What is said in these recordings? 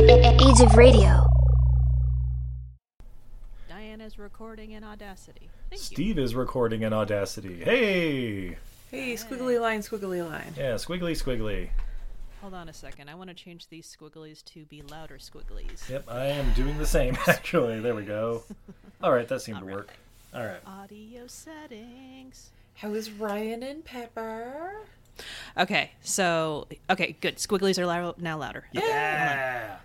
Age of Radio. Diane is recording in Audacity. Thank you. Steve is recording in Audacity. Hey! Hey, squiggly line, squiggly line. Yeah, squiggly, squiggly. Hold on a second. I want to change these squigglies to be louder squigglies. Yep, I am doing the same, actually. There we go. All right, that seemed to work. All right. Audio settings. How is Ryan and Pepper? Okay, so okay, good. Squigglies are lou- now louder. Okay, Yeah!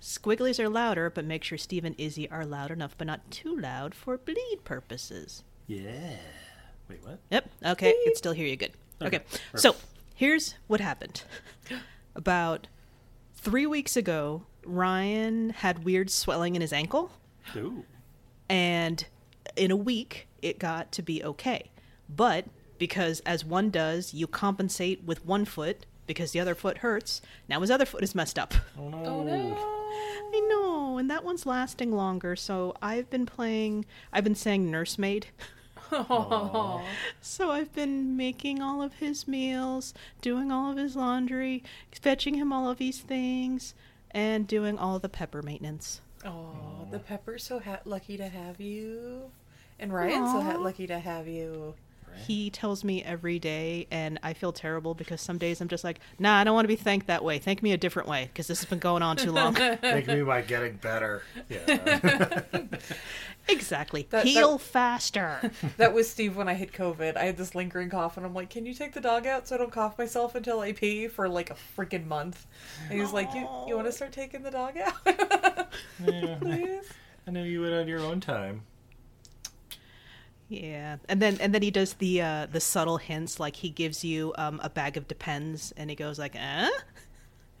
Squigglies are louder, but make sure Steve and Izzy are loud enough, but not too loud for bleed purposes. Yeah. Wait, what? Yep. Okay. I can still hear you good. Okay. So here's what happened. About three weeks ago, Ryan had weird swelling in his ankle, Ooh. and in a week, it got to be okay. But because, as one does, you compensate with one foot because the other foot hurts, now his other foot is messed up. Oh, no. I know, and that one's lasting longer, so I've been playing, I've been saying nursemaid. so I've been making all of his meals, doing all of his laundry, fetching him all of these things, and doing all the pepper maintenance. Oh, the Pepper's so ha- lucky to have you. And Ryan's so ha- lucky to have you. He tells me every day, and I feel terrible because some days I'm just like, nah, I don't want to be thanked that way. Thank me a different way because this has been going on too long. Thank me by getting better. exactly. That- that- Heal faster. That was Steve when I had COVID. I had this lingering cough, and I'm like, can you take the dog out so I don't cough myself until I pee for like a freaking month? And he was like, you, you want to start taking the dog out? Please? I know you would have your own time. Yeah, and then and then he does the uh, the subtle hints, like he gives you um, a bag of Depends, and he goes like, "Eh,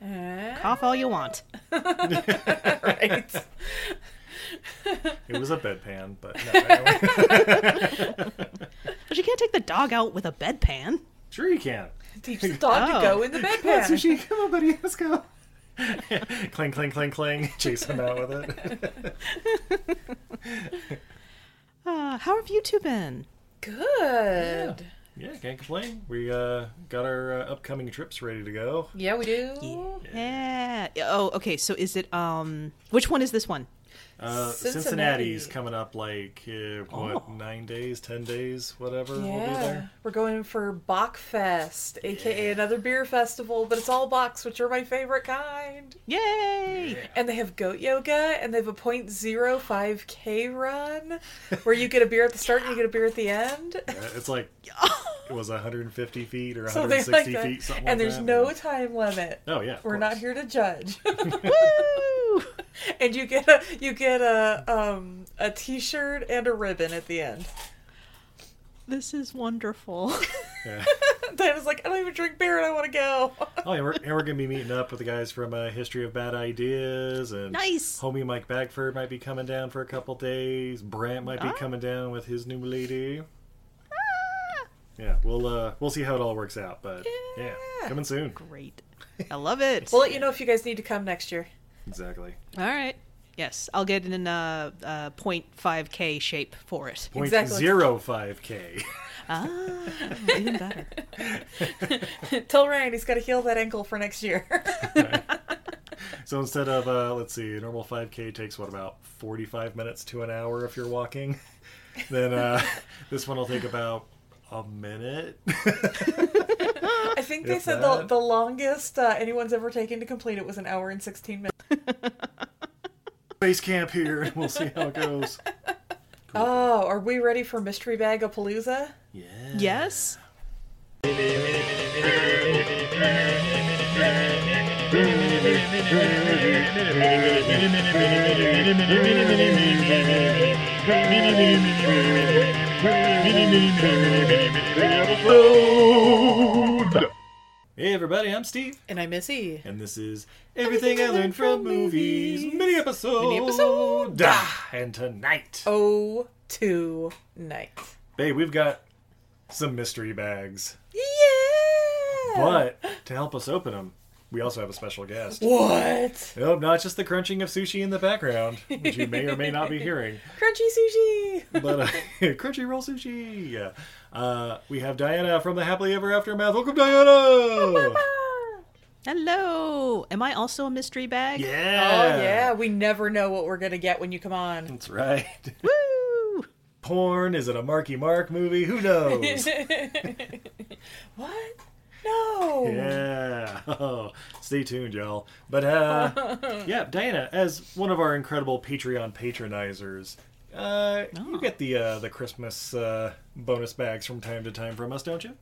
Eh? cough all you want." right. It was a bedpan, but no, anyway. But you can't take the dog out with a bedpan. sure you can. Teach the dog Oh. to go in the That's bedpan. sushi. Come on, buddy. Let's go. clang, clang, clang, clang. Chase him out with it. Uh, how have you two been? Good. Yeah, can't complain. We uh, got our uh, upcoming trips ready to go. Yeah, we do. Yeah. Oh, okay. So is it um? Which one is this one? Uh, Cincinnati. Oh. Cincinnati's coming up like uh, what nine days, ten days, whatever. We'll be Yeah, there. we're going for Bach Fest, aka another beer festival, but it's all Bachs, which are my favorite kind. Yay! And they have goat yoga, and they have a 0.05 k run, where you get a beer at the start and you get a beer at the end. Yeah, Uh, It's like it was 150 feet or Something 160 like that. feet, something like and there's that. no time limit. Oh yeah, of We're not course. here to judge. Woo! and you get a you get a um a t-shirt and a ribbon at the end. This is wonderful. Diana's like, I don't even drink beer and I want to go. Oh, and we're, and we're gonna be meeting up with the guys from uh, History of Bad Ideas and Nice. Homie Mike Bagford might be coming down for a couple days. Brant might be coming down with his new lady. Yeah, we'll uh, we'll see how it all works out, but yeah, coming soon. Great. I love it. We'll let you know if you guys need to come next year. Exactly. All right. Yes, I'll get in a uh, 0.5k shape for it. Point Exactly. zero five k. Even better. Tell Ryan he's got to heal that ankle for next year. So instead of uh, let's see, a normal 5K takes what about 45 minutes to an hour if you're walking. Then uh, this one will take about a minute. I think they If said the, that. the longest uh, anyone's ever taken to complete it was an hour and 16 minutes. Base camp here, and we'll see how it goes. Oh, are we ready for Mystery Bag of Palooza? Yeah. Yes. Hey everybody, I'm Steve, And I miss E. and this is Everything, I Learned from Movies mini episode. Mini-episode. And tonight, Oh, two night. babe, we've got some mystery bags, Yeah. but to help us open them, we also have a special guest. What? Nope, not just the crunching of sushi in the background, which you may or may not be hearing, Crunchy sushi. but uh, Crunchyroll sushi. Yeah, uh, we have Diana from the Happily Ever Aftermath. Welcome, Diana. Hello. Am I also a mystery bag? Yeah. Oh yeah, we never know what we're gonna get when you come on. That's right. Woo! porn? Is it a Marky Mark movie? Who knows? What? No. yeah. Oh, stay tuned, y'all. But uh, yeah, Diana, as one of our incredible Patreon patronizers, uh, you get the uh, the Christmas uh, bonus bags from time to time from us, don't you?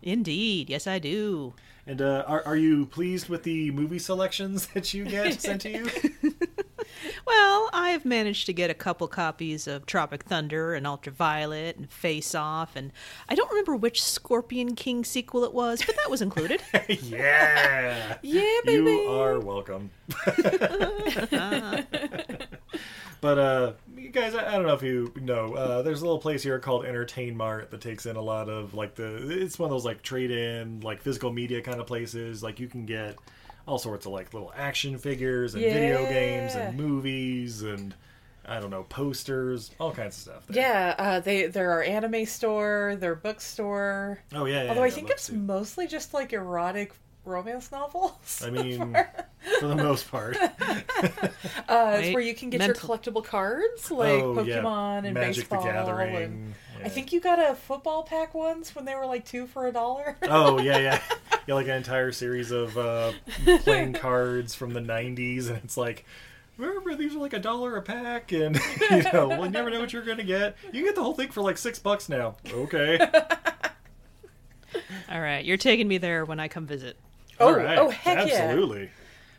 Indeed. Yes, I do. And uh, are are you pleased with the movie selections that you get sent to you? Well, I've managed to get a couple copies of Tropic Thunder and Ultraviolet and Face Off, and I don't remember which Scorpion King sequel it was, but that was included. yeah. Yeah, baby. You are welcome. but uh, you guys, I, I don't know if you know, uh, there's a little place here called Entertain Mart that takes in a lot of like the. It's one of those like trade-in, like physical media kind of places. Like you can get all sorts of like little action figures and video games and movies and I don't know posters, all kinds of stuff. there. Yeah, uh, they they're our anime store, their bookstore. Oh yeah. yeah, Although I yeah, think let's it's see. mostly just like erotic romance novels. I mean, for the most part. Uh, it's Wait, where you can get mental- your collectible cards like Oh, Pokemon yeah. and Magic the baseball. Gathering, and- yeah. I think you got a football pack once when they were like two for a dollar. Oh yeah, yeah, yeah. Like an entire series of uh, playing cards from the '90s, and it's like, remember these are like a dollar a pack, and you know, well, you never know what you're gonna get. You can get the whole thing for like six bucks now. Okay, All right, you're taking me there when I come visit. Oh, All right. oh, heck yeah! absolutely.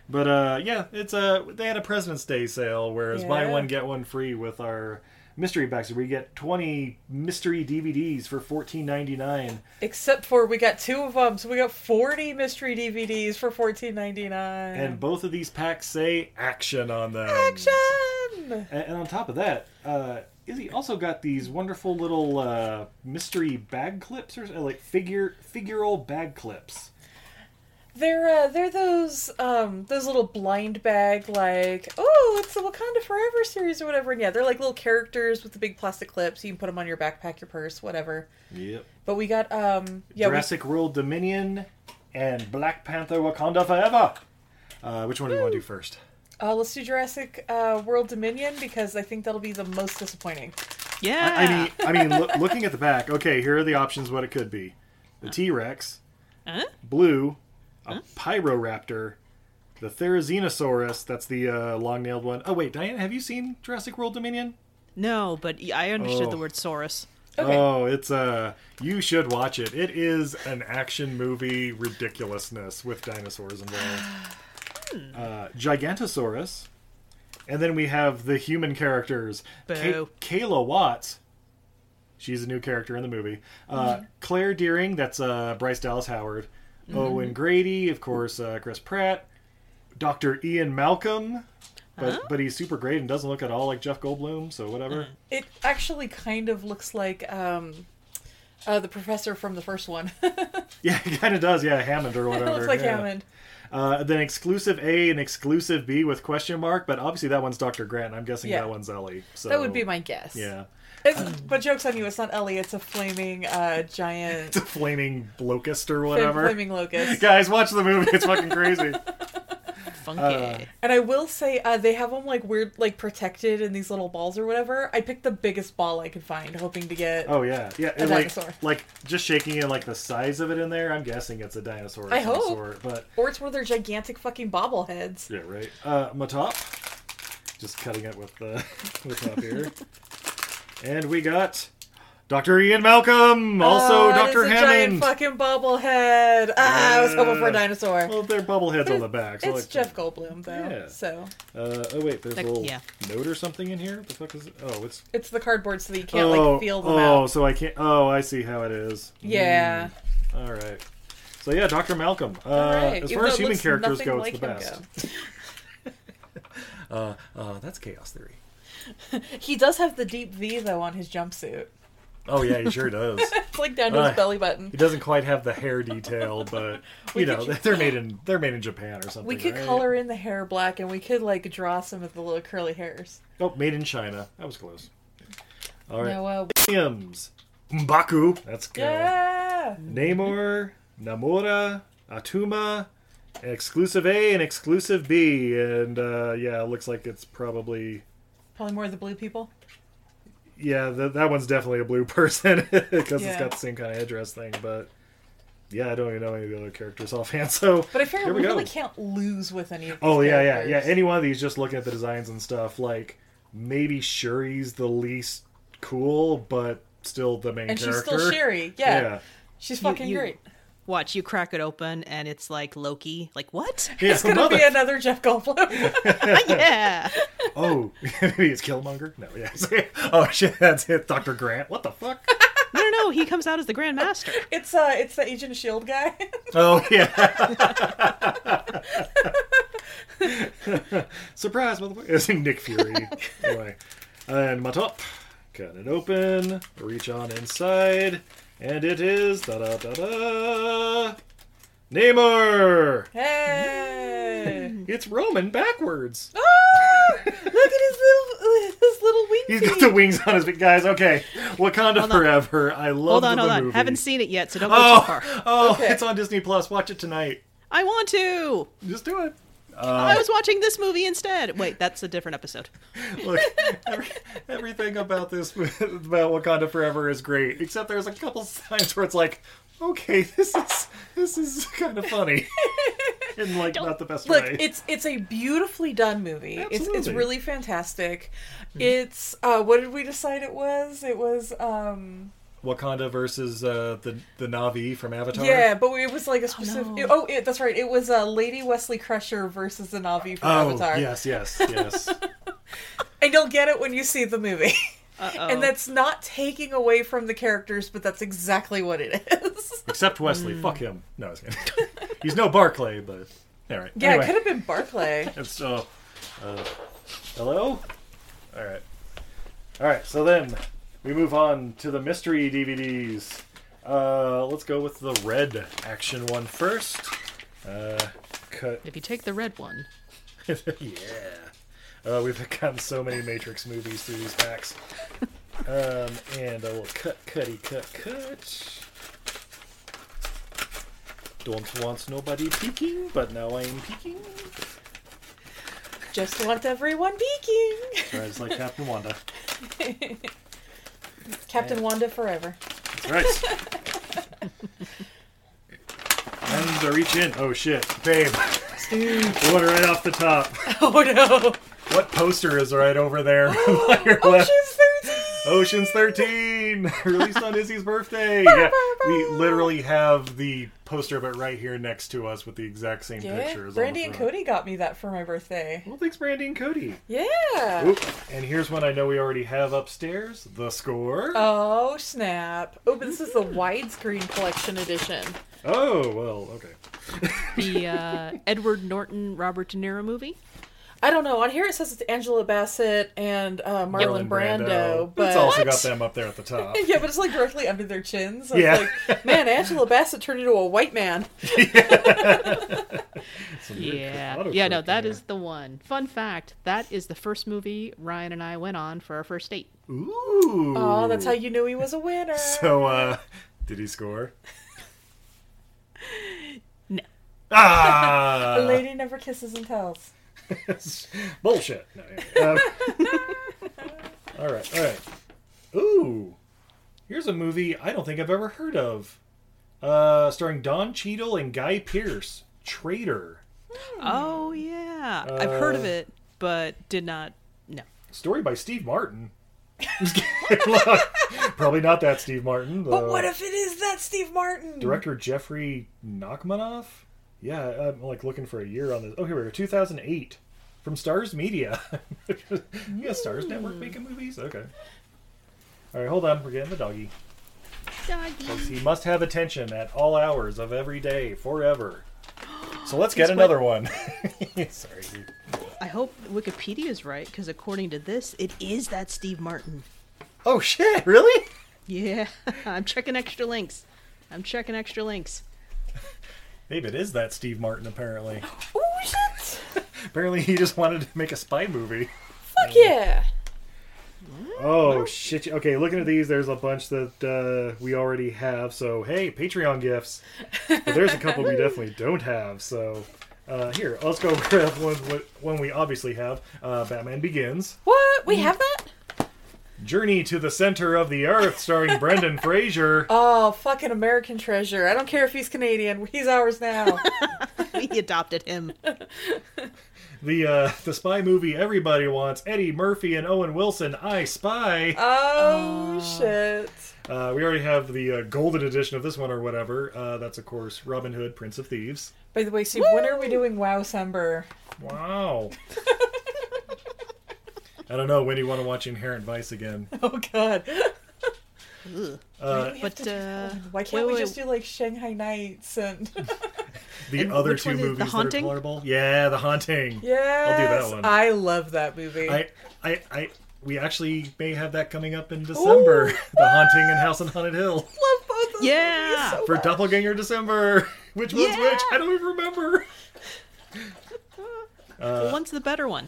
But uh, yeah, it's uh, they had a President's Day sale, whereas buy Yeah. one get one free with our mystery box. We get twenty mystery DVDs for fourteen ninety nine. Except for we got two of them, so we got forty mystery DVDs for fourteen ninety nine. And both of these packs say action on them. action. And, and on top of that, uh, Izzy also got these wonderful little uh, mystery bag clips, or uh, like figure figural bag clips. They're uh, they're those um those little blind bag like oh it's the Wakanda Forever series or whatever and yeah they're like little characters with the big plastic clips you can put them on your backpack your purse whatever Yep. but we got um yeah we, Jurassic World Dominion and Black Panther Wakanda Forever. Uh, which one do you want to do first? uh, let's do Jurassic uh, World Dominion because I think that'll be the most disappointing Yeah. I mean, I mean, loo- looking at the back. Okay, here are the options. What it could be: the T Rex, Uh-huh. Huh? blue, a Pyroraptor, the Therizinosaurus. That's the uh, long-nailed one. Oh wait, Diane, have you seen Jurassic World Dominion? no, but I understood Oh. the word Saurus. Okay. Oh, it's uh you should watch it. It is an action movie ridiculousness with dinosaurs involved. Uh, Gigantosaurus. And then we have the human characters. Boo. Kayla Watts. She's a new character in the movie. Uh, Claire Deering, that's uh, Bryce Dallas Howard. Owen Grady, of course, uh, Chris Pratt. Dr. Ian Malcolm, but but he's super great and doesn't look at all like Jeff Goldblum, so whatever. it actually kind of looks like um uh, the professor from the first one Yeah, it kind of does. Yeah, Hammond or whatever. it looks like yeah. Hammond Uh, then exclusive A and exclusive B with question mark, but obviously that one's Dr. Grant. and I'm guessing Yeah. that one's Ellie. So that would be my guess yeah. It's, but jokes on you, it's not Ellie. It's a flaming uh, giant, It's a flaming locust or whatever. flaming locust. Guys, watch the movie. It's fucking crazy. Funky. And I will say, uh, they have them like weird, like protected in these little balls or whatever. I picked the biggest ball I could find, hoping to get. oh yeah, yeah. and, like, dinosaur. like just shaking it, like the size of it in there. I'm guessing it's a dinosaur. Of I some hope. Sort, but Or it's one of their gigantic fucking bobbleheads. yeah, right. Uh, my top. Just cutting it with the with top here, and we got Dr. Ian Malcolm, also Oh, it Dr. is a Hammond. giant fucking bobblehead. Ah, I was hoping for a dinosaur. Well, they're bobbleheads on the back. So it's like, Jeff Goldblum though, Yeah. so Uh, oh wait, there's Like, a little yeah. note or something in here. The fuck is? It? Oh, it's. it's the cardboard, so that you can't oh, like feel them oh, out. so I can't. Oh, I see how it is. Yeah, All right. So yeah, Dr. Malcolm. Uh, Alright, As even far as though it human looks characters nothing go, like it's the him best. Uh, uh, that's chaos theory. go. He does have the deep V though on his jumpsuit. Oh yeah, he sure does. It's like down to Uh, his belly button. He doesn't quite have the hair detail, but you know they're made in they're made in Japan or something. We could right? color in the hair black and we could like draw some of the little curly hairs. Oh, made in China. That was close. All right, No, uh, Williams, Mbaku. That's good. yeah. Namor, Namora, Atuma, exclusive A and exclusive B, and uh, yeah, it looks like it's probably Probably more of the blue people. yeah th- that one's definitely a blue person because it's Yeah. got the same kind of headdress thing, but. Yeah, I don't even know any of the other characters offhand. So, But I figure here we, we go. really can't lose with any of these Oh yeah, yeah, characters. yeah. Any one of these, just looking at the designs and stuff, like maybe Shuri's the least cool, but still the main and she's character. still Sherry. Yeah. Yeah. She's fucking you- great. Watch, you crack it open and it's like Loki. Like, what? Yeah, It's gonna mother- be another Jeff Goldblum. yeah. oh, maybe it's Killmonger. No, yeah. oh shit, that's it. Doctor Grant. What the fuck? No, no, no. He comes out as the Grand Master. it's uh it's the Agent of Shield guy. oh yeah. Surprise, motherfucker! It's Nick Fury. anyway, and my top. Cut it open. Reach on inside, and it is da da da da. Namor. hey. It's Roman backwards. Ah! Look at his little his little wing He's feet. got the wings on his guys. Okay, Wakanda on. Forever. I love Hold on, the hold on. movie. Haven't seen it yet, so don't go Oh, too far. oh, Okay. it's on Disney Plus. Watch it tonight. I want to. Just do it. I was watching this movie instead. Wait, that's a different episode. Look, every, everything about this about Wakanda Forever is great, except there's a couple times where it's like, okay, this is this is kind of funny, in like not the best Look, way. it's it's a beautifully done movie. It's it's Absolutely. Hmm. really fantastic. It's uh what did we decide it was? It was um Wakanda versus uh, the the Navi from Avatar. yeah, but we- it was like a specific. Oh, it, that's right. It was uh, Lady Wesley Crusher versus the Navi from Oh Avatar. yes, yes, yes. And you'll get it when you see the movie. And that's not taking away from the characters, but that's exactly what it is. Except Wesley. Hmm. Fuck him. No, I was kidding. he's no Barclay, but all right. yeah, anyway. it could have been Barclay. And so, uh, hello? Alright. Alright, so then we move on to the mystery DVDs. Uh, let's go with the red action one first. Uh, cut. If you take the red one, yeah. Uh, we've gotten so many Matrix movies through these packs. Um, and I will cut, cutty, cut, cut. Don't want nobody peeking, but now I am peeking. Just want everyone peeking. It's like Captain Wanda. Captain Wanda forever. Right. and the reach in. Oh shit, babe. One right off the top. Oh no. What poster is right over there Oh, on your left? Ocean's 13! Ocean's 13, released on Izzy's birthday. Yeah, we literally have the poster of it right here next to us with the exact same Yeah, pictures. Brandy on and the front. Cody got me that for my birthday. Well, thanks, Brandy and Cody. Yeah. Oop. And here's one I know we already have upstairs the score. Oh snap! Oh, but this is the widescreen collection edition. oh, well, okay. the uh, Edward Norton Robert De Niro movie. I don't know. On here it says it's Angela Bassett and uh, Marlon Brando, but it's also got them up there at the top. yeah, but it's like directly under their chins. So Yeah. yeah. like, man, Angela Bassett turned into a white man. Yeah. auto Yeah, no, correct that there. is the one. Fun fact that is the first movie Ryan and I went on for our first date. Ooh. Oh, that's how you knew he was a winner. So, uh, did he score? No. a Ah! lady never kisses and tells. Bullshit. No, anyway, um, all right, all right. Ooh. Here's a movie I don't think I've ever heard of. Uh, starring Don Cheadle and Guy Pearce. Traitor. Oh, yeah. I've heard Uh. of it, but did not. No. Story by Steve Martin. Probably not that Steve Martin. But though. what if it is that Steve Martin? director Jeffrey Nachmanoff. Yeah, I'm like looking for a year on this. Oh, here we go. 2008 from Stars Media. yeah, Stars Network making movies. Okay. All right, hold on. We're getting the doggy. Doggy. He must have attention at all hours of every day, forever. So let's get another one. Sorry. dude. I hope Wikipedia is right because according to this, it is that Steve Martin. Oh shit! Really? Yeah, I'm checking extra links. I'm checking extra links. Maybe it is that Steve Martin. Apparently, Oh shit! apparently he just wanted to make a spy movie. Fuck yeah! Oh shit! Okay, looking at these, there's a bunch that uh, we already have. So hey, Patreon gifts. But there's a couple we definitely don't have. So uh, here, let's go grab one. One we obviously have: uh, Batman Begins, What? We have that? Journey to the Center of the Earth, starring Brendan Fraser. Oh, fucking American treasure. I don't care if he's Canadian. He's ours now. We adopted him. The uh, the spy movie everybody wants: Eddie Murphy and Owen Wilson. I Spy. Oh, shit. Uh, we already have the uh, golden edition of this one, or whatever. Uh, that's of course Robin Hood, Prince of Thieves. By the way, Steve, when are we doing Wow Sember? Wow. I don't know. When do you want to watch Inherent Vice again? Oh god. Ugh. but uh, Why can't wait, we wait, just do like Shanghai Nights and The other which two one is- The movies that are Haunting? colorable. Yeah, The Haunting. Yes, I'll do that one. I love that movie. I, I, I, we actually may have that coming up in December. the Haunting and House on Haunted Hill love both those Yeah. movies so for much. Doppelganger December. Which one's Yeah. which? I don't even remember. one's the better one.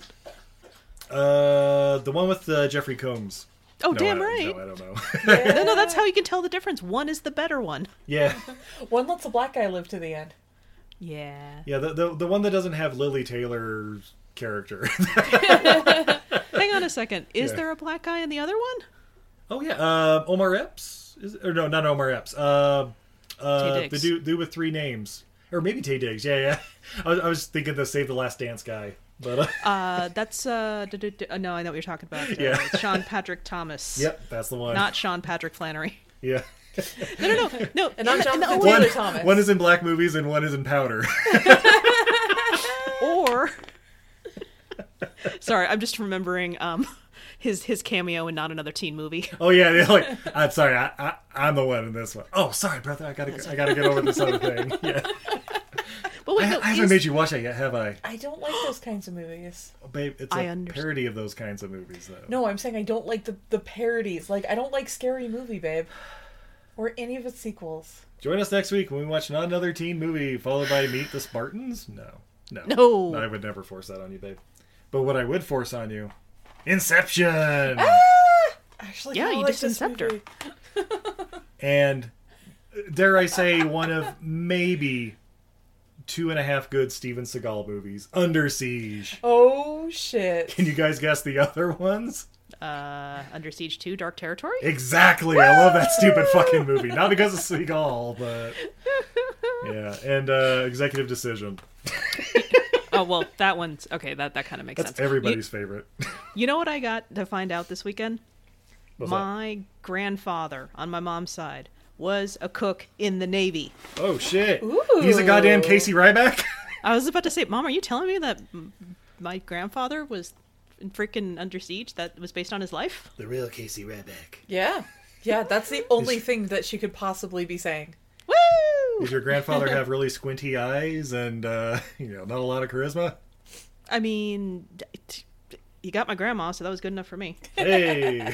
Uh, the one with uh, Jeffrey Combs. Oh, No, damn I, right. No, I don't know. No, no, that's how you can tell the difference. One is the better one. yeah, One lets a black guy live to the end. Yeah. yeah. The, the the one that doesn't have Lily Taylor's character. Hang on a second. Is Yeah. there a black guy in the other one? Oh yeah, uh, Omar Epps is or no, not Omar Epps. Uh, uh, Tay the Diggs. dude, dude with three names, or maybe Tay Diggs. Yeah, yeah. I was, I was thinking the Save the Last Dance guy, but uh, Uh, that's uh, duh, duh, duh, uh, no, I know what you're talking about. Uh, Yeah. it's Sean Patrick Thomas. yep, that's the one. Not Sean Patrick Flannery. yeah. No, no, no, no. And in I'm the Jonathan old- Taylor One, Thomas. one is in black movies and one is in powder. or sorry, I'm just remembering um his his cameo in not another teen movie. oh yeah, they're like I'm sorry, I, I I'm the one in this one. Oh sorry, brother, I gotta I gotta get over this other thing. Yeah, But wait, I, no, I haven't he's- made you watch that yet, have I, I don't like those kinds of movies. babe? It's a I understand. parody of those kinds of movies, though. No, I'm saying I don't like the, the parodies. Like I don't like Scary Movie, babe, or any of its sequels. Join us next week when we watch not another teen movie followed by Meet the Spartans. No, no, No. I would never force that on you, babe. But what I would force on you, Inception Actually, Yeah, kinda you like just this incept her. movie. and dare I say one of maybe two and a half good Steven Seagal movies, Under Siege. Oh shit! Can you guys guess the other ones? uh, Under Siege Two, Dark Territory. Exactly. I love that stupid fucking movie. Not because of Seagal, but yeah, and uh, Executive Decision. oh well, that one's okay. That that kind of makes That's sense. You, everybody's favorite. you know what I got to find out this weekend? What's that? my grandfather on my mom's side was a cook in the Navy. Oh shit! He's a goddamn Casey Ryback. I was about to say, Mom, are you telling me that m- my grandfather was in freaking under siege? That was based on his life. The real Casey Redback. Yeah, yeah. That's the only thing that she could possibly be saying. Woo! Does your grandfather have really squinty eyes and uh, you know not a lot of charisma? I mean, d- t- you got my grandma, so that was good enough for me. Hey.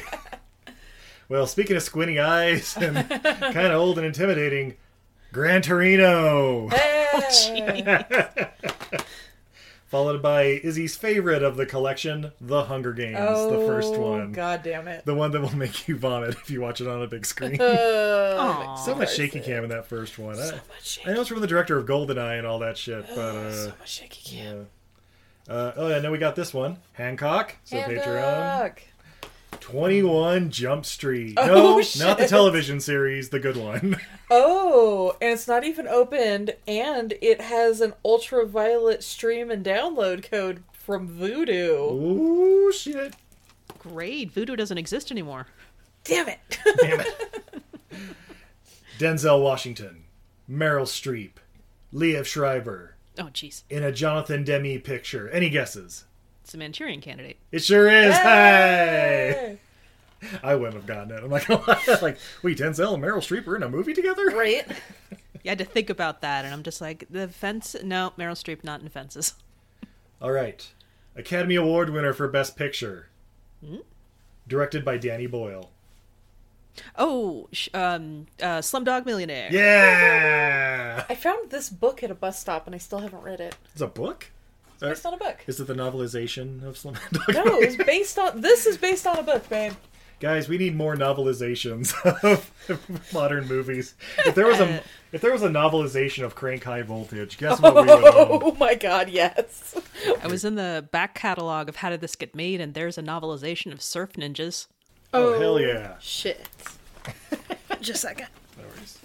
well, speaking of squinty eyes and kind of old and intimidating, Gran Torino, followed by Izzy's favorite of the collection, The Hunger Games, the first one, Oh, God damn it. the one that will make you vomit if you watch it on a big screen. Aw. so much shaky cam in that first one. I, I know it's from the director of Goldeneye and all that shit, but. Uh, shaky cam. Uh, oh, yeah, and then we got this one Hancock. So Patreon. Fuck. 21 Jump Street. Oh, no, not the shit. television series, the good one. Oh, and it's not even opened, and it has an ultraviolet stream and download code from Voodoo. Ooh, shit. Great, voodoo doesn't exist anymore. Damn it! Damn it. Denzel Washington, Meryl Streep, Liev Schreiber Oh, jeez, in a Jonathan Demi picture. Any guesses? it's a Manchurian candidate. It sure is. Hey! I wouldn't have gotten it. I'm not gonna lie. Like, wait, Denzel and Meryl Streep are in a movie together? Right? You had to think about that, and I'm just like, the fence. No, Meryl Streep not in fences. All right. Academy Award winner for Best Picture. Hmm? Directed by Danny Boyle. Oh, sh- um, uh, Slumdog Millionaire. Yeah! I found this book at a bus stop and I still haven't read it. It's a book? It's not a book. Uh, Is it the novelization of Slumdog? No, it's based on. This is based on a book, babe. Guys, we need more novelizations of modern movies. If there was a if there was a novelization of Crank High Voltage, guess what we would own? Oh my god, yes. I was in the back catalog of How Did This Get Made, and there's a novelization of Surf Ninjas. Oh, hell yeah. Shit. just a second. Oh. No worries.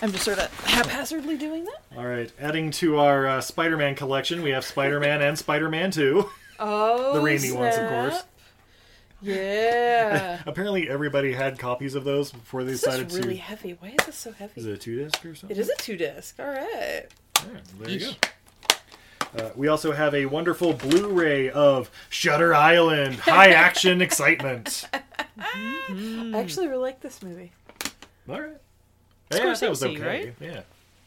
I'm just sort of haphazardly doing that. All right, adding to our uh, Spider-Man collection, we have Spider-Man and Spider-Man 2. Oh, The Raimi ones, of course. snap. Yeah. Apparently everybody had copies of those before they Uh. this decided is really to... heavy. Why is this so heavy? Is it a two-disc or something? it is a two disc. All right. Yeah, there you go. Uh, we also have a wonderful Blu-ray of Shutter Island, high action excitement. I actually really like this movie. All right. Yeah, that was Scorsese, okay. right? Yeah.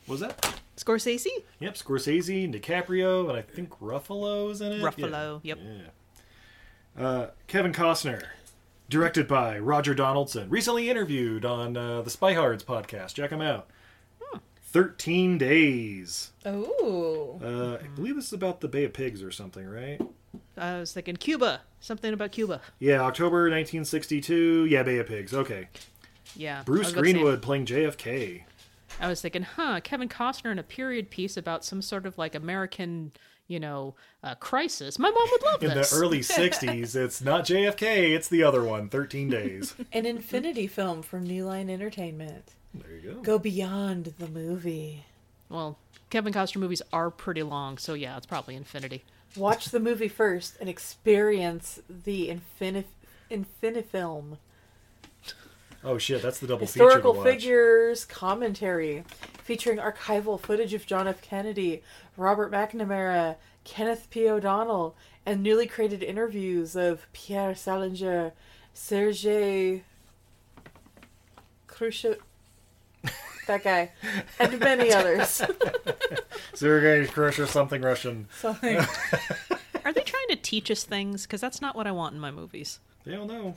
What was that? Scorsese? Yep, Scorsese, DiCaprio, and I think Ruffalo's in it. Ruffalo. Yep. Yeah. yeah. Uh, Kevin Costner, directed by Roger Donaldson, recently interviewed on uh, the Spy Hards podcast. Check him out. 13 Days. Oh. Uh, I believe this is about the Bay of Pigs or something, right? I was thinking Cuba. Something about Cuba. Yeah, October 1962. Yeah, Bay of Pigs. Okay. Yeah. I was Bruce about to say- Greenwood playing JFK. I was thinking, huh, Kevin Costner in a period piece about some sort of like American, you know, uh, crisis. My mom would love In the this. early 60s, it's not JFK, it's the other one, 13 Days. An infinity film from New Line Entertainment. There you go. Go beyond the movie. well, Kevin Costner movies are pretty long, so yeah, it's probably Infinity. Watch the movie first and experience the infinif- infinifilm. Oh shit, that's the double feature. Historical to watch. figures commentary featuring archival footage of John F. Kennedy, Robert McNamara, Kenneth P. O'Donnell, and newly created interviews of Pierre Salinger, Sergei Khrushchev, that guy, and many others. Sergei Krush or something Russian. Something. Are they trying to teach us things? Because that's not what I want in my movies. They don't know.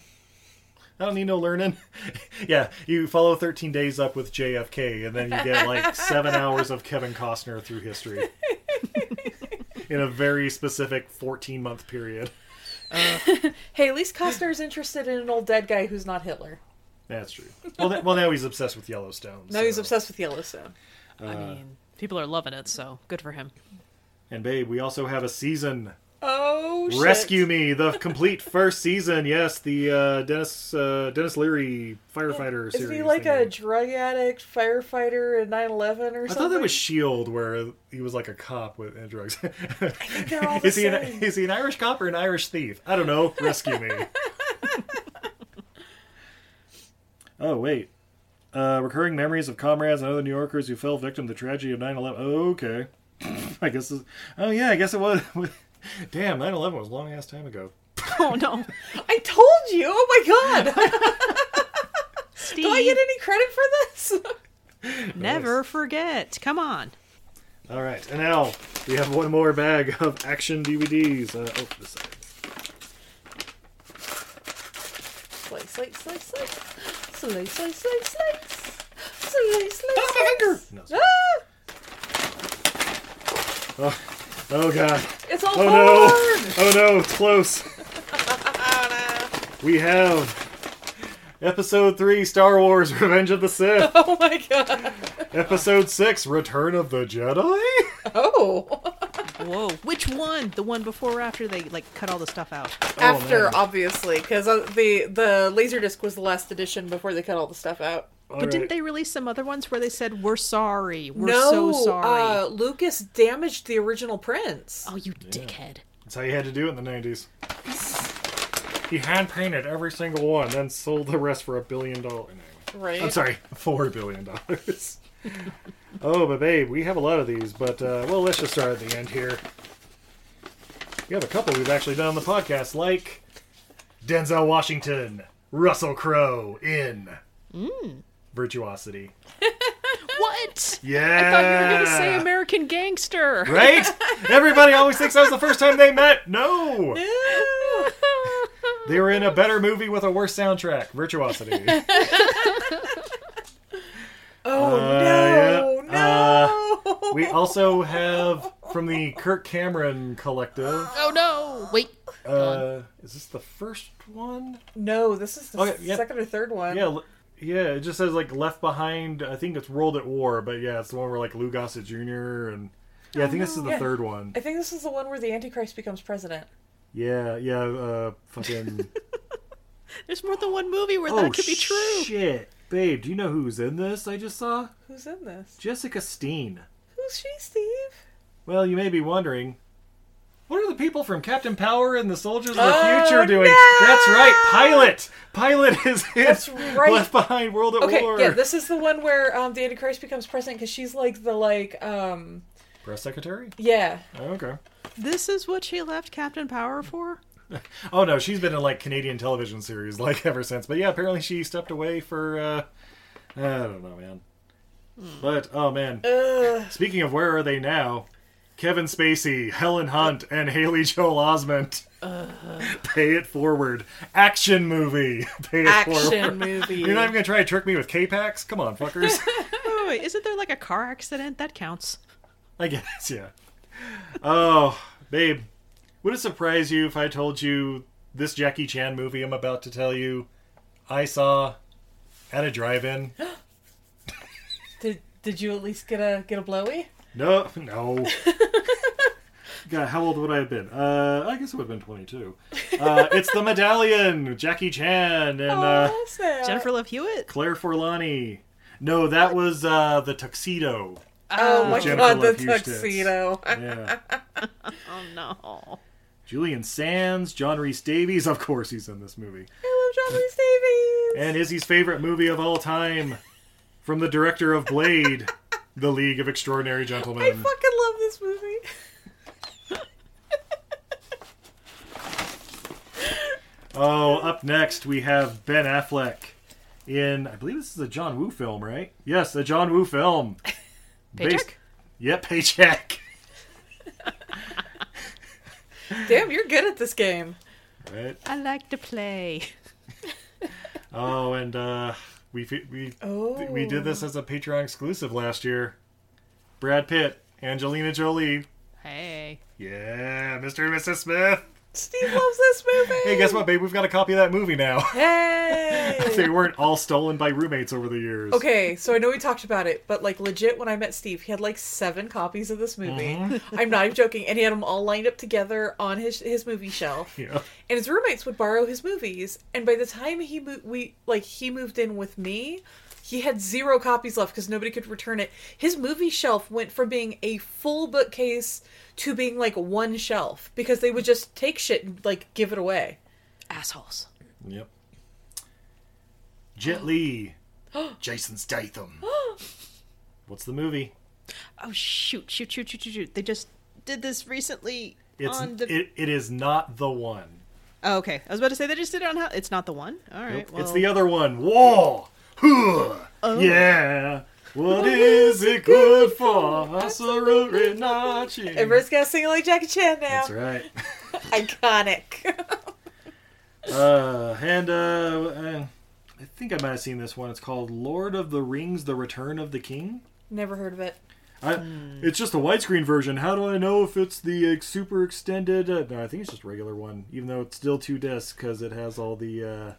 I don't need no learning. yeah, you follow 13 days up with JFK, and then you get like seven hours of Kevin Costner through history in a very specific 14 month period. Hey, at least Costner's interested in an old dead guy who's not Hitler. That's true. Well, th- well, now he's obsessed with Yellowstone. Now he's obsessed with Yellowstone. I Uh, mean, people are loving it, so good for him. And babe, we also have a season. Oh, shit. Rescue Me, the complete first season. Yes, the uh, Dennis uh, Dennis Leary firefighter Is series. he like thing. a drug addict, firefighter, and 9 11 or I something? thought that was Shield, where he was like a cop with and drugs. they're all the is he an, same. is he an Irish cop or an Irish thief? I don't know. Rescue me. oh wait, uh, recurring memories of comrades and other New Yorkers who fell victim to the tragedy of 9/11. Oh, okay, I guess. This, oh yeah, I guess it was. Damn, 9/11 was a long ass time ago. Oh, no. I told you! Oh my god! Steve, Do I get any credit for this? never forget. Come on. All right, and now we have one more bag of action DVDs. Uh, oh, this side. slice, slice, slice, slice. Slice, slice, slice, slice. Slice, slice, Stop my finger! slice. No, Ah, Oh god. it's all Oh hard! no! Oh no! It's close. Oh, we have episode three: Star Wars: Revenge of the Sith. Oh my god. episode six: Return of the Jedi. Oh. Whoa. Which one? The one before or after they, like, cut all the stuff out? After, man. obviously, because the, the Laserdisc was the last edition before they cut all the stuff out. All but didn't right. they release some other ones where they said, we're sorry, we're no, so sorry? Uh, Lucas damaged the original prints. oh, you dickhead. That's how you had to do it in the nineties. He hand painted every single one, then sold the rest for a billion dollars. right. I'm sorry, four billion dollars. oh, but babe, we have a lot of these, but uh, well, let's just start at the end here. You have a couple we've actually done on the podcast, like Denzel Washington, Russell Crowe in Virtuosity. What? Yeah. Mm. I thought you were going to say American Gangster. Right? Everybody always thinks that was the first time they met. No. They were in a better movie with a worse soundtrack, Virtuosity. Oh Uh, yeah. Uh, no, no. we also have from the Kirk Cameron Collective. oh no! Wait. Uh, is this the first one? no, this is the Okay, yeah. second or third one. Yeah, l- yeah. It just says like Left Behind. I think it's World at War, but yeah, it's the one where like Lou Gossett Jr. and yeah, I think this is the Oh, Yeah. third one. I think this is the one where the Antichrist becomes president. Yeah, yeah. Uh, fucking. There's more than one movie where oh that could be true. shit, babe. Do you know who's in this? I just saw Who's in this? Jessica Steen. Who's she, Steve? Well, you may be wondering, what are the people from Captain Power and the Soldiers of the Oh, Future doing? no! That's right, Pilot. Pilot is in That's right. Left Behind World at Okay, War. yeah, this is the one where um, the Antichrist becomes president because she's like the like um Press secretary. yeah. Oh, okay. This is what she left Captain Power for? Oh no, she's been in like Canadian television series like ever since. But yeah, apparently she stepped away for uh I don't know, man. But oh man. Speaking of where are they now? Kevin Spacey, Helen Hunt, and Haley Joel Osment. Pay it forward. Action movie. Pay it forward. Action movie. You're not even gonna try to trick me with K-Pax? Come on, fuckers. Oh, wait, isn't there like a car accident? That counts. I guess, yeah. Oh, babe, would it surprise you if I told you this Jackie Chan movie I'm about to tell you I saw at a drive-in? Did did you at least get a get a blowy? No, no. God, how old would I have been? Uh, I guess I would have been 22. Uh, it's The Medallion, Jackie Chan and uh, Oh, snap. Jennifer Love Hewitt? Claire Forlani. No, that was uh, The Tuxedo. Oh my Jennifer god, the Love Hewitt. tuxedo. Yeah. Oh no. Julian Sands, John Reese Davies, of course he's in this movie. I love John Reese Davies. And Izzy's favorite movie of all time from the director of Blade, The League of Extraordinary I Gentlemen. fucking love this movie. Oh, up next we have Ben Affleck in, I believe this is a John Woo film, right? Yes, a John Woo film. Based- Paycheck? Yep, paycheck. Damn, you're good at this game. Right. I like to play. Oh, and uh, we we we did this as a Patreon exclusive last year. Brad Pitt, Angelina Jolie. Hey. Yeah, Mr. and Mrs. Smith. Steve loves this movie. Hey, guess what, babe? We've got a copy of that movie now. Hey. they weren't all stolen by roommates over the years. Okay, so I know we talked about it, but like legit, when I met Steve, he had like seven copies of this movie. Mm-hmm. I'm not even joking, and he had them all lined up together on his his movie shelf. Yeah. And his roommates would borrow his movies, and by the time he mo- we like he moved in with me, he had zero copies left because nobody could return it. His movie shelf went from being a full bookcase to being like one shelf because they would just take shit and like give it away. Assholes. Yep. Jet Li. Jason Statham. What's the movie? Oh shoot, shoot, shoot, shoot, shoot, shoot. They just did this recently It's on the it, it is not the one. Oh, okay. I was about to say they just did it on how it's not the one. All right. well, It's the other one. Wall. Huh. Yeah. Oh. What is it good for? Absolutely not. That's Everybody's got to sing like Jackie Chan now. right. Iconic. Uh, and uh, uh, I think I might have seen this one. It's called Lord of the Rings: The Return of the King. Never heard of it. I, It's just a widescreen version. How do I know if it's the uh, super extended? Uh, no, I think it's just a regular one, even though it's still two discs because it has all the uh,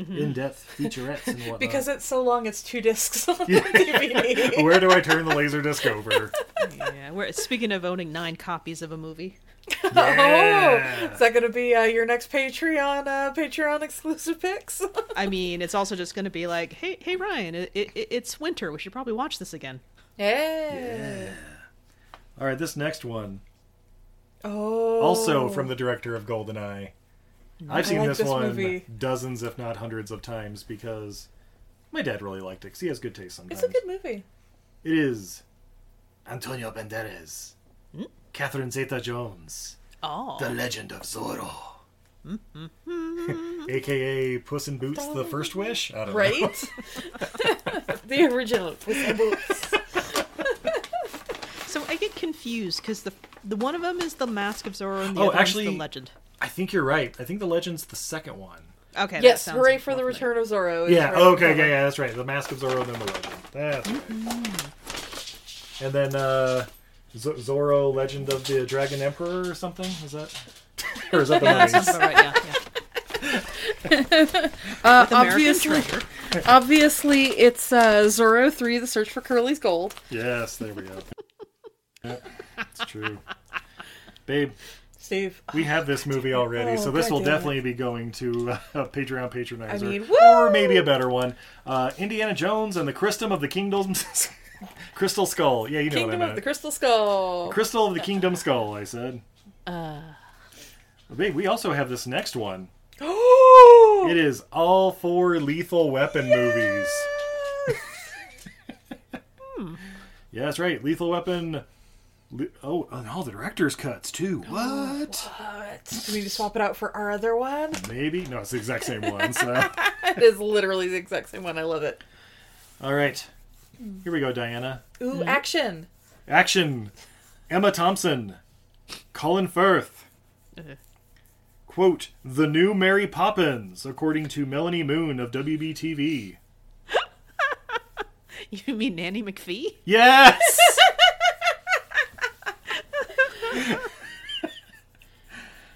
in-depth featurettes and whatnot. Because it's so long, it's two discs on the DVD. where do I turn the laser disc over? yeah. We're speaking of owning nine copies of a movie. Oh, is that going to be uh, your next Patreon uh, Patreon exclusive picks? I mean, it's also just going to be like, hey, hey, Ryan, it, it, it's winter. We should probably watch this again. yeah. All right, this next one, Oh. Mm. also from the director of GoldenEye. I've seen like this, this one movie. dozens, if not hundreds, of times because my dad really liked it. 'cause he has good taste sometimes. It's a good movie. It is Hmm? Antonio Banderas. Catherine Zeta Jones. Oh. The Legend of Zorro. Hmm, AKA Puss in Boots, the first wish. I don't know. Right? the original. So I get confused because the the one of them is the Mask of Zorro and the Oh, other actually- one's the Legend. I think you're right. I think the legend's the second one. Okay. that yes, sounds hooray for more the familiar. return of Zorro. is Yeah. right. okay. Yeah. Yeah. That's right. The Mask of Zorro, then the Legend. That's right. And then uh, Z- Zorro, Legend of the Dragon Emperor, or something. Is that? or is that the Yeah, that movies? sounds about right. Yeah. yeah. Uh, American obviously, obviously, it's uh, Zorro 3, The Search for Curly's Gold. Yes. There we go. yeah, it's true. Babe, Steve. we have this movie already, so Oh, this will goddamn it. definitely be going to uh, a Patreon patronizer, I mean, or maybe a better one: uh, Indiana Jones and the Crystal of the Kingdoms, Crystal Skull. Yeah, you know Kingdom what I meant. of the Crystal Skull. Crystal of the Kingdom Skull, I said. Uh. Wait, we also have this next one. It is all four Lethal Weapon movies. Hmm. Yeah, that's right. Lethal Weapon. Le- oh, and all the director's cuts too. Oh, What? Do we need to swap it out for our other one? Maybe. No, it's the exact same one. So, It is literally the exact same one. I love it. all right. Here we go, Diana. Ooh, Mm-hmm. action. Action. Emma Thompson. Colin Firth. Quote, the new Mary Poppins, according to Melanie Moon of WBTV. You mean Nanny McPhee? Yes!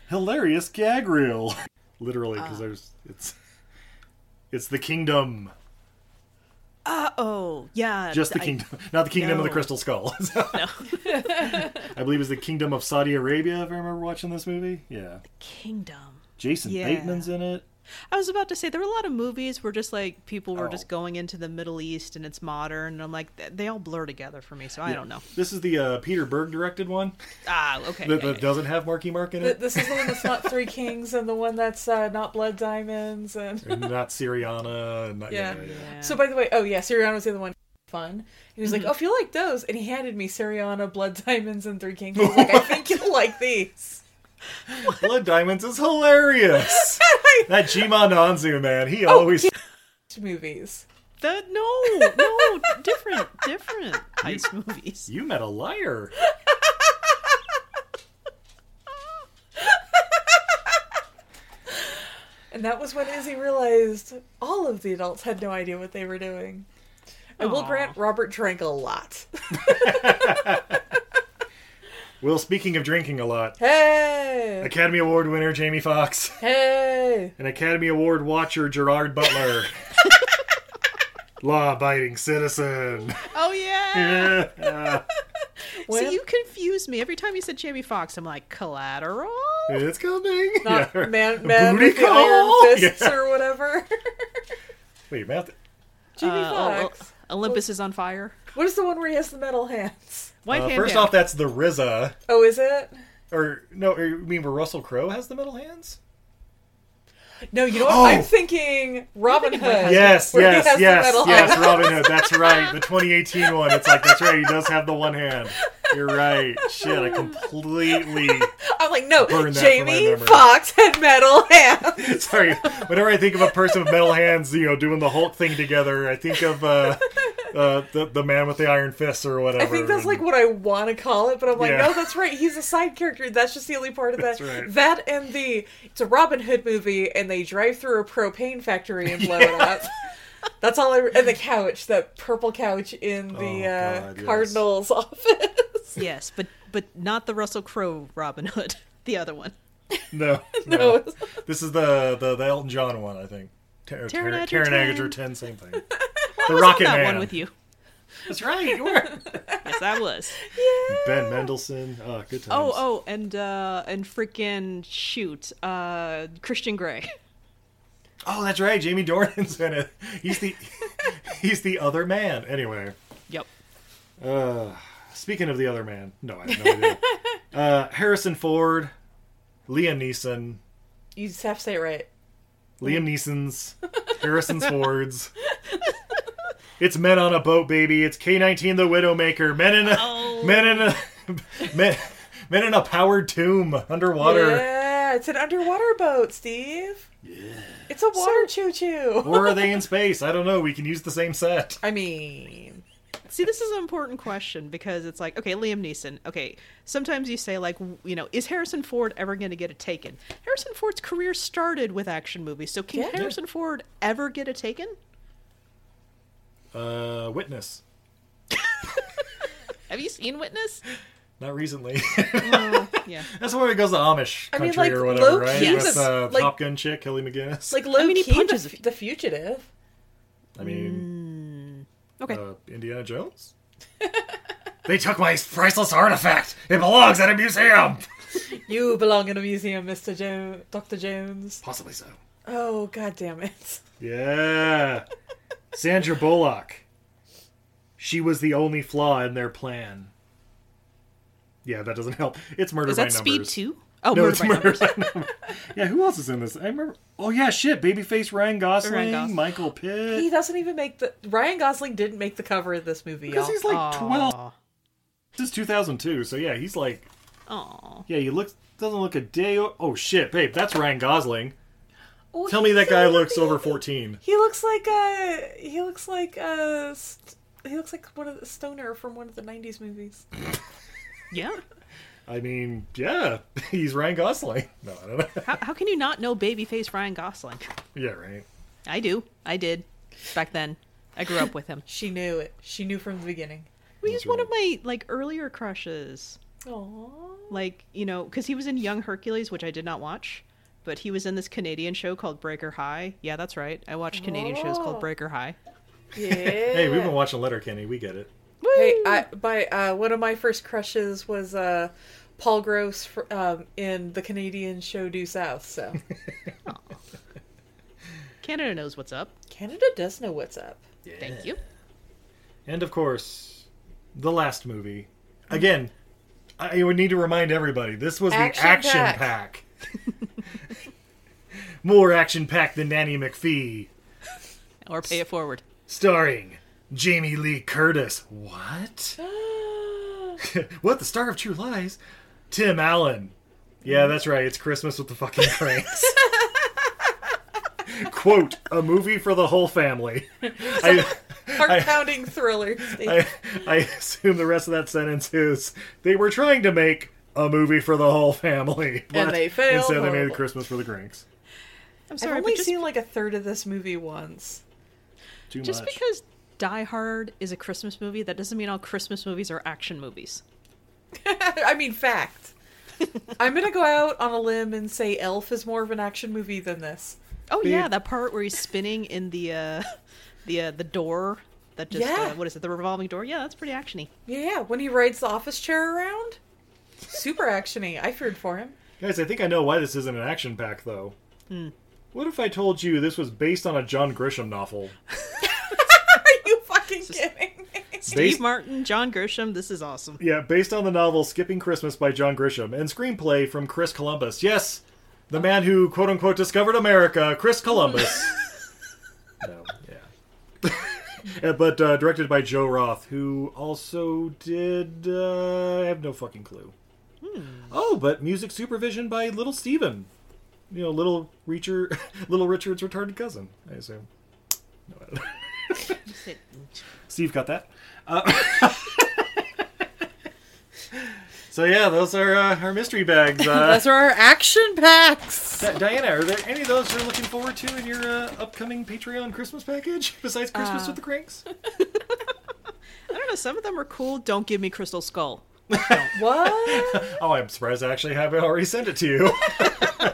Hilarious gag reel. Literally, Ah. because there's it's it's the kingdom, Uh oh. Yeah. just the I- kingdom, not the kingdom of the No. crystal skull. I believe it's the kingdom of Saudi Arabia. If I remember watching this movie, yeah. Kingdom. Jason Yeah. Bateman's in it. I was about to say there were a lot of movies where just like people were Oh. just going into the Middle East and it's modern, and I'm like th- they all blur together for me, so I don't know. This is the uh, Peter Berg directed one Ah, okay. that, yeah, that yeah. doesn't have Marky Mark in Th- it, This is the one that's not Three Kings and the one that's uh, not Blood Diamonds. and and not Syriana. And not, yeah. yeah, yeah, yeah. Mm-hmm. So, by the way, oh, yeah, Siriano was the other one. Fun. He was like, oh, if you like those. And he handed me Siriana, Blood Diamonds, and Three Kings. I was like, I think you'll like these. Blood Diamonds is hilarious. that Jima Nanzu man, he Oh, always Movies. That- no, no, different, different heist movies. You met a liar. And that was when Izzy realized all of the adults had no idea what they were doing. I will Aw. grant Robert drank a lot. Well, speaking of drinking a lot, Hey! Academy Award winner Jamie Foxx Hey! and Academy Award watcher Gerard Butler. Law abiding citizen. Oh yeah. Yeah. See, you confuse me every time you said Jamie Foxx. I'm like collateral. it's coming. Not Yeah. man, man Booty with the call? iron fists Yeah. or whatever. Wait, Matt. oh, Jimmy Uh, O- Fox. O- Olympus is on fire. What is the one where he has the metal hands? White Uh, hand first down. off, that's the RZA. Oh, is it? Or, no, or you mean where Russell Crowe has the metal hands? No, you know what? Oh! I'm thinking Robin Hood. Yes, where he yes, has the yes, metal yes, Robin Hood. That's right. The 2018 one. It's like, that's right. He does have the one hand. You're right. Shit, I completely I'm like, no, Burn that from my Jamie memory. Fox had metal hands. Sorry, whenever I think of a person with metal hands, you know, doing the Hulk thing together, I think of uh, uh, the the man with the iron fists or whatever. I think that's and- like what I want to call it, but I'm like, Yeah. no, that's right. He's a side character. That's just the only part of that. right. That and the it's a Robin Hood movie, and they drive through a propane factory and blow it up. That's all I. Re- and the couch, that purple couch in the Oh, uh, God, yes. Cardinals office. yes, but but not the Russell Crowe Robin Hood. The other one. no, no. This is the, the the Elton John one, I think. uh, Ter- Taron Taron Egerton. Taron Egerton, ten, same thing. the Rocket that Man. one with you. That's right. You were. Yes, I was. ben Mendelsohn. Oh, good times. Oh, oh, and uh and freaking shoot, uh Christian Grey. Oh, that's right. Jamie Dornan's in it. He's the he's the other man. Anyway. Yep. Uh, speaking of the other man, no, I have no idea. uh, Harrison Ford, Liam Neeson, You just have to say it right. Liam Neeson's, Harrison Ford's. It's Men on a Boat, baby. It's K nineteen, The Widowmaker. Men in a Men in a Men, Men in a powered tomb underwater. Yeah, it's an underwater boat, Steve. Yeah. It's a water choo choo. Or are they in space? I don't know. We can use the same set. I mean, See, this is an important question because it's like, okay, Liam Neeson. Okay, sometimes you say like, w- you know, is Harrison Ford ever going to get a Taken? Harrison Ford's career started with action movies, so can Yeah. Harrison Ford ever get a Taken? Uh, witness. Have you seen Witness? Not recently. Yeah. That's where it goes to Amish I country mean, like, or whatever, low-key right? the- With uh, like- Top Gun chick, Hilly McGinnis. like low I mean, he key, punches the, a few- the fugitive. I mean, Okay. uh, Indiana Jones. they took my priceless artifact. It belongs at a museum. You belong in a museum, Mister Jones, Doctor Jones. Possibly so. Oh god damn it! Yeah. Sandra Bullock. She was the only flaw in their plan. Yeah, that doesn't help. It's murder is by that Speed numbers. Two? Oh, No, Murder it's by murder. Numbers. by numbers. yeah, who else is in this? I remember. Oh yeah, shit. Babyface Ryan Gosling, Gosling. Michael Pitt. He doesn't even make the Ryan Gosling didn't make the cover of this movie. Because Y'all. he's like twelve. This is 2002, so yeah, he's like, Aw. yeah, he looks doesn't look a day. O- oh shit, babe, that's Ryan Gosling. Oh, Tell me he's that so guy looks happy. over 14. He looks like a. He looks like a. st- He looks like one of the stoner from one of the '90s movies. Yeah. I mean, yeah, he's Ryan Gosling. No, I don't know. How, how can you not know babyface Ryan Gosling? yeah, right. I do. I did. Back then, I grew up with him. She knew it. She knew from the beginning. Well, he's one of my like earlier crushes. Aww. like you know because he was in young hercules which i did not watch but he was in this canadian show called breaker high yeah that's right i watched canadian shows called Oh. breaker high Yeah. Hey, we've been watching Letterkenny. We get it. Hey, I, my uh, one of my first crushes was uh, Paul Gross fr- um, in the Canadian show Due South. So canada knows what's up Canada does know what's up. thank you And of course, the last movie. Again, I would need to remind everybody this was the Action action pack. pack. More action pack than Nanny McPhee, or pay it forward starring Jamie Lee Curtis. What? what? The star of True Lies? Tim Allen. Yeah, that's right. It's Christmas with the fucking cranks. Quote, a movie for the whole family. I- Heart pounding thriller. I, I assume the rest of that sentence is they were trying to make a movie for the whole family, And but they failed Instead, they made horribly. Christmas for the Grinks. i'm I've sorry only but just, seen like a third of this movie once. Too just much. because die hard is a christmas movie that doesn't mean all christmas movies are action movies I mean, fact. I'm gonna go out on a limb and say Elf is more of an action movie than this. oh yeah that part where he's spinning in the uh the uh the door that just Yeah. uh, what is it the revolving door yeah that's pretty actiony Yeah, when he rides the office chair around, super actiony. I feared for him. Guys, I think I know why this isn't an action pack, though. What if I told you this was based on a John Grisham novel? Are you fucking kidding me? steve Based- martin john grisham this is awesome Yeah, based on the novel Skipping Christmas by John Grisham and screenplay from Chris Columbus. Yes, the man who quote unquote discovered America, Chris Columbus. no, yeah. Uh, but uh, directed by Joe Roth, who also did. Uh, I have no fucking clue. Oh, but music supervision by Little Steven. You know, Little Reacher, Little Richard's retarded cousin, I assume. No, I don't know. Steve got that. Uh, so yeah, those are uh, our mystery bags. Uh, Those are our action packs. Di- Diana, are there any of those you're looking forward to in your uh, upcoming Patreon Christmas package besides Christmas Uh. with the Cranks? I don't know. Some of them are cool. Don't give me Crystal Skull. What? Oh, I'm surprised I actually haven't already sent it to you.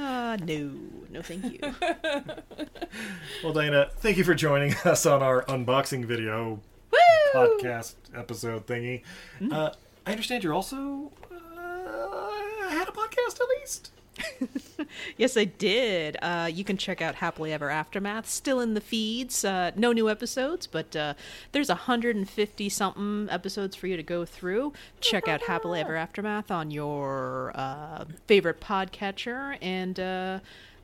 Uh, no, no, thank you. well, Diana, thank you for joining us on our unboxing video podcast episode thingy. Mm. Uh, I understand you're also uh, had a podcast at least. yes, I did. Uh, you can check out Happily Ever Aftermath. Still in the feeds. Uh, no new episodes, but uh, there's 150 something episodes for you to go through. Check out Happily Ever Aftermath on your uh, favorite podcatcher. And uh,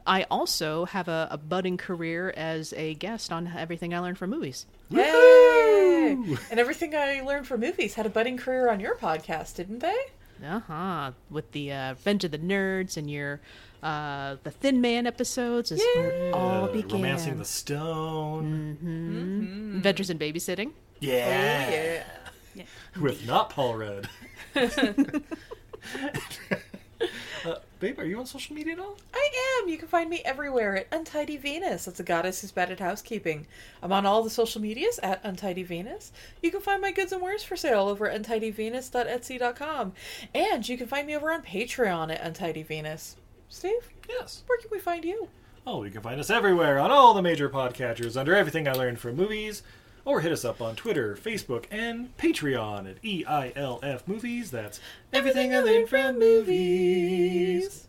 I also have a, a budding career as a guest on Everything I Learned from Movies. Hey! Yay! And everything I learned from movies had a budding career on your podcast, didn't they? Uh huh. With the uh, Revenge of the Nerds and your uh, the Thin Man episodes is where it all Uh, began. Romancing the Stone Adventures in Babysitting. Oh, yeah. yeah. with not Paul Rudd. uh, babe, are you on social media at all? I am. You can find me everywhere at Untidy Venus. That's a goddess who's bad at housekeeping. I'm on all the social medias at Untidy Venus. You can find my goods and wares for sale over at untidyvenus.etsy.com. And you can find me over on Patreon at Untidy Venus. Steve, Yes. where can we find you? Oh, you can find us everywhere on all the major podcatchers under Everything I Learned from Movies, or hit us up on Twitter, Facebook, and Patreon at E EILF Movies. That's Everything I Learned from Movies.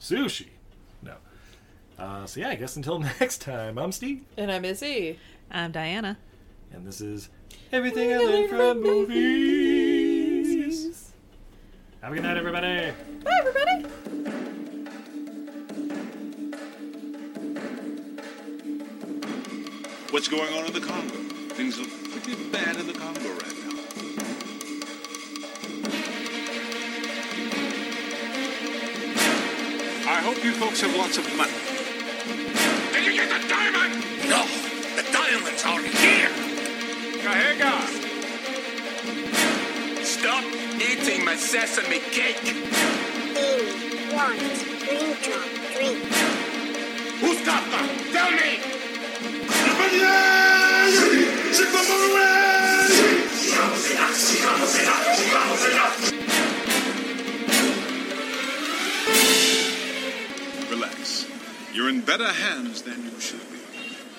Sushi. No. Uh, so, yeah, I guess until next time, I'm Steve, And I'm Izzy. I'm Diana. and this is Everything I Learned from Movies. Have a good night, everybody. Bye, everybody. What's going on in the Congo? Things are pretty bad in the Congo right now. I hope you folks have lots of money. Did you get the diamond? No, the diamonds are here. Kahega! Stop eating my sesame cake! Eight, one, green drop, green. Who's got them? Tell me! Relax. You're in better hands than you should be.